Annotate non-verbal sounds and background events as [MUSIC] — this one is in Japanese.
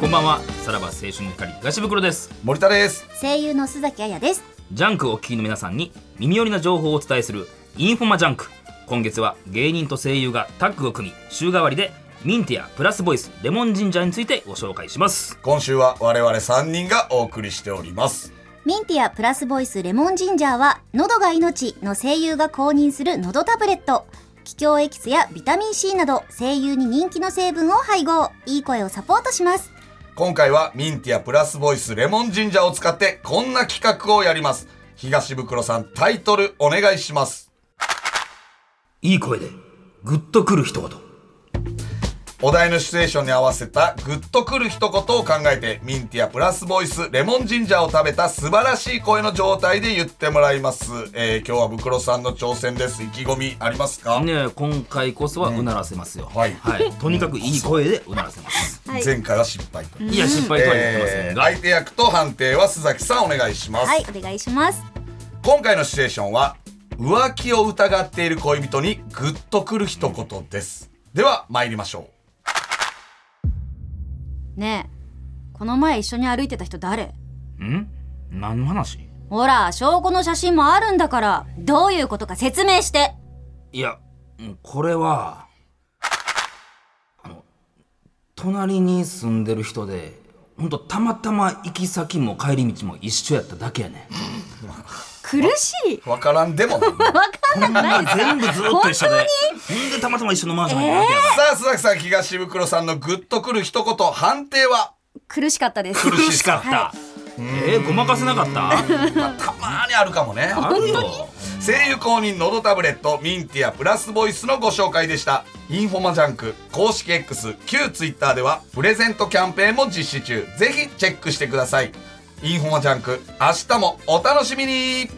こんばんはさらば青春の光東袋です森田です声優の須崎彩ですジャンクをお聞きの皆さんに耳寄りな情報をお伝えするインフォマジャンク今月は芸人と声優がタッグを組み週替わりでミンティアプラスボイスレモンジンジャーについてご紹介します今週は我々3人がお送りしておりますミンティアプラスボイスレモンジンジャーは喉が命の声優が公認する喉タブレット気胸エキスやビタミン C など声優に人気の成分を配合いい声をサポートします今回はミンティアプラスボイスレモンジンジャーを使ってこんな企画をやります東袋さんタイトルお願いしますいい声でグッとくる一言お題のシチュエーションに合わせたグッとくる一言を考えてミンティアプラスボイスレモンジンジャーを食べた素晴らしい声の状態で言ってもらいます、えー、今日は袋さんの挑戦です意気込みありますか、ねえ今回こそはうならせますよ、はいとにかくいい声でうならせます、はい前回は失敗と、いや失敗とは言ってませえんーが、相手役と判定は須崎さんお願いします、はいお願いします今回のシチュエーションは浮気を疑っている恋人にグッとくる一言ですでは参りましょねえこの前一緒に歩いてた人誰ん何の話ほら証拠の写真もあるんだからどういうことか説明していやうんこれはあの隣に住んでる人でほんとたまたま行き先も帰り道も一緒やっただけやねん苦しいうわからんでもない [LAUGHS] わかんなくないです全部ずっと一緒でほんでたまたま一緒のマンションにいるだけやから、さあ須崎さん東袋さんのグッとくる一言判定は苦しかったです苦しかった、えー、ごまかせなかったまあたまーにあるかもねあるよ声優公認のどタブレットミンティアプラスボイスのご紹介でしたインフォマジャンク公式 X 旧 Twitter ではプレゼントキャンペーンも実施中ぜひチェックしてくださいインフォマジャンク明日もお楽しみに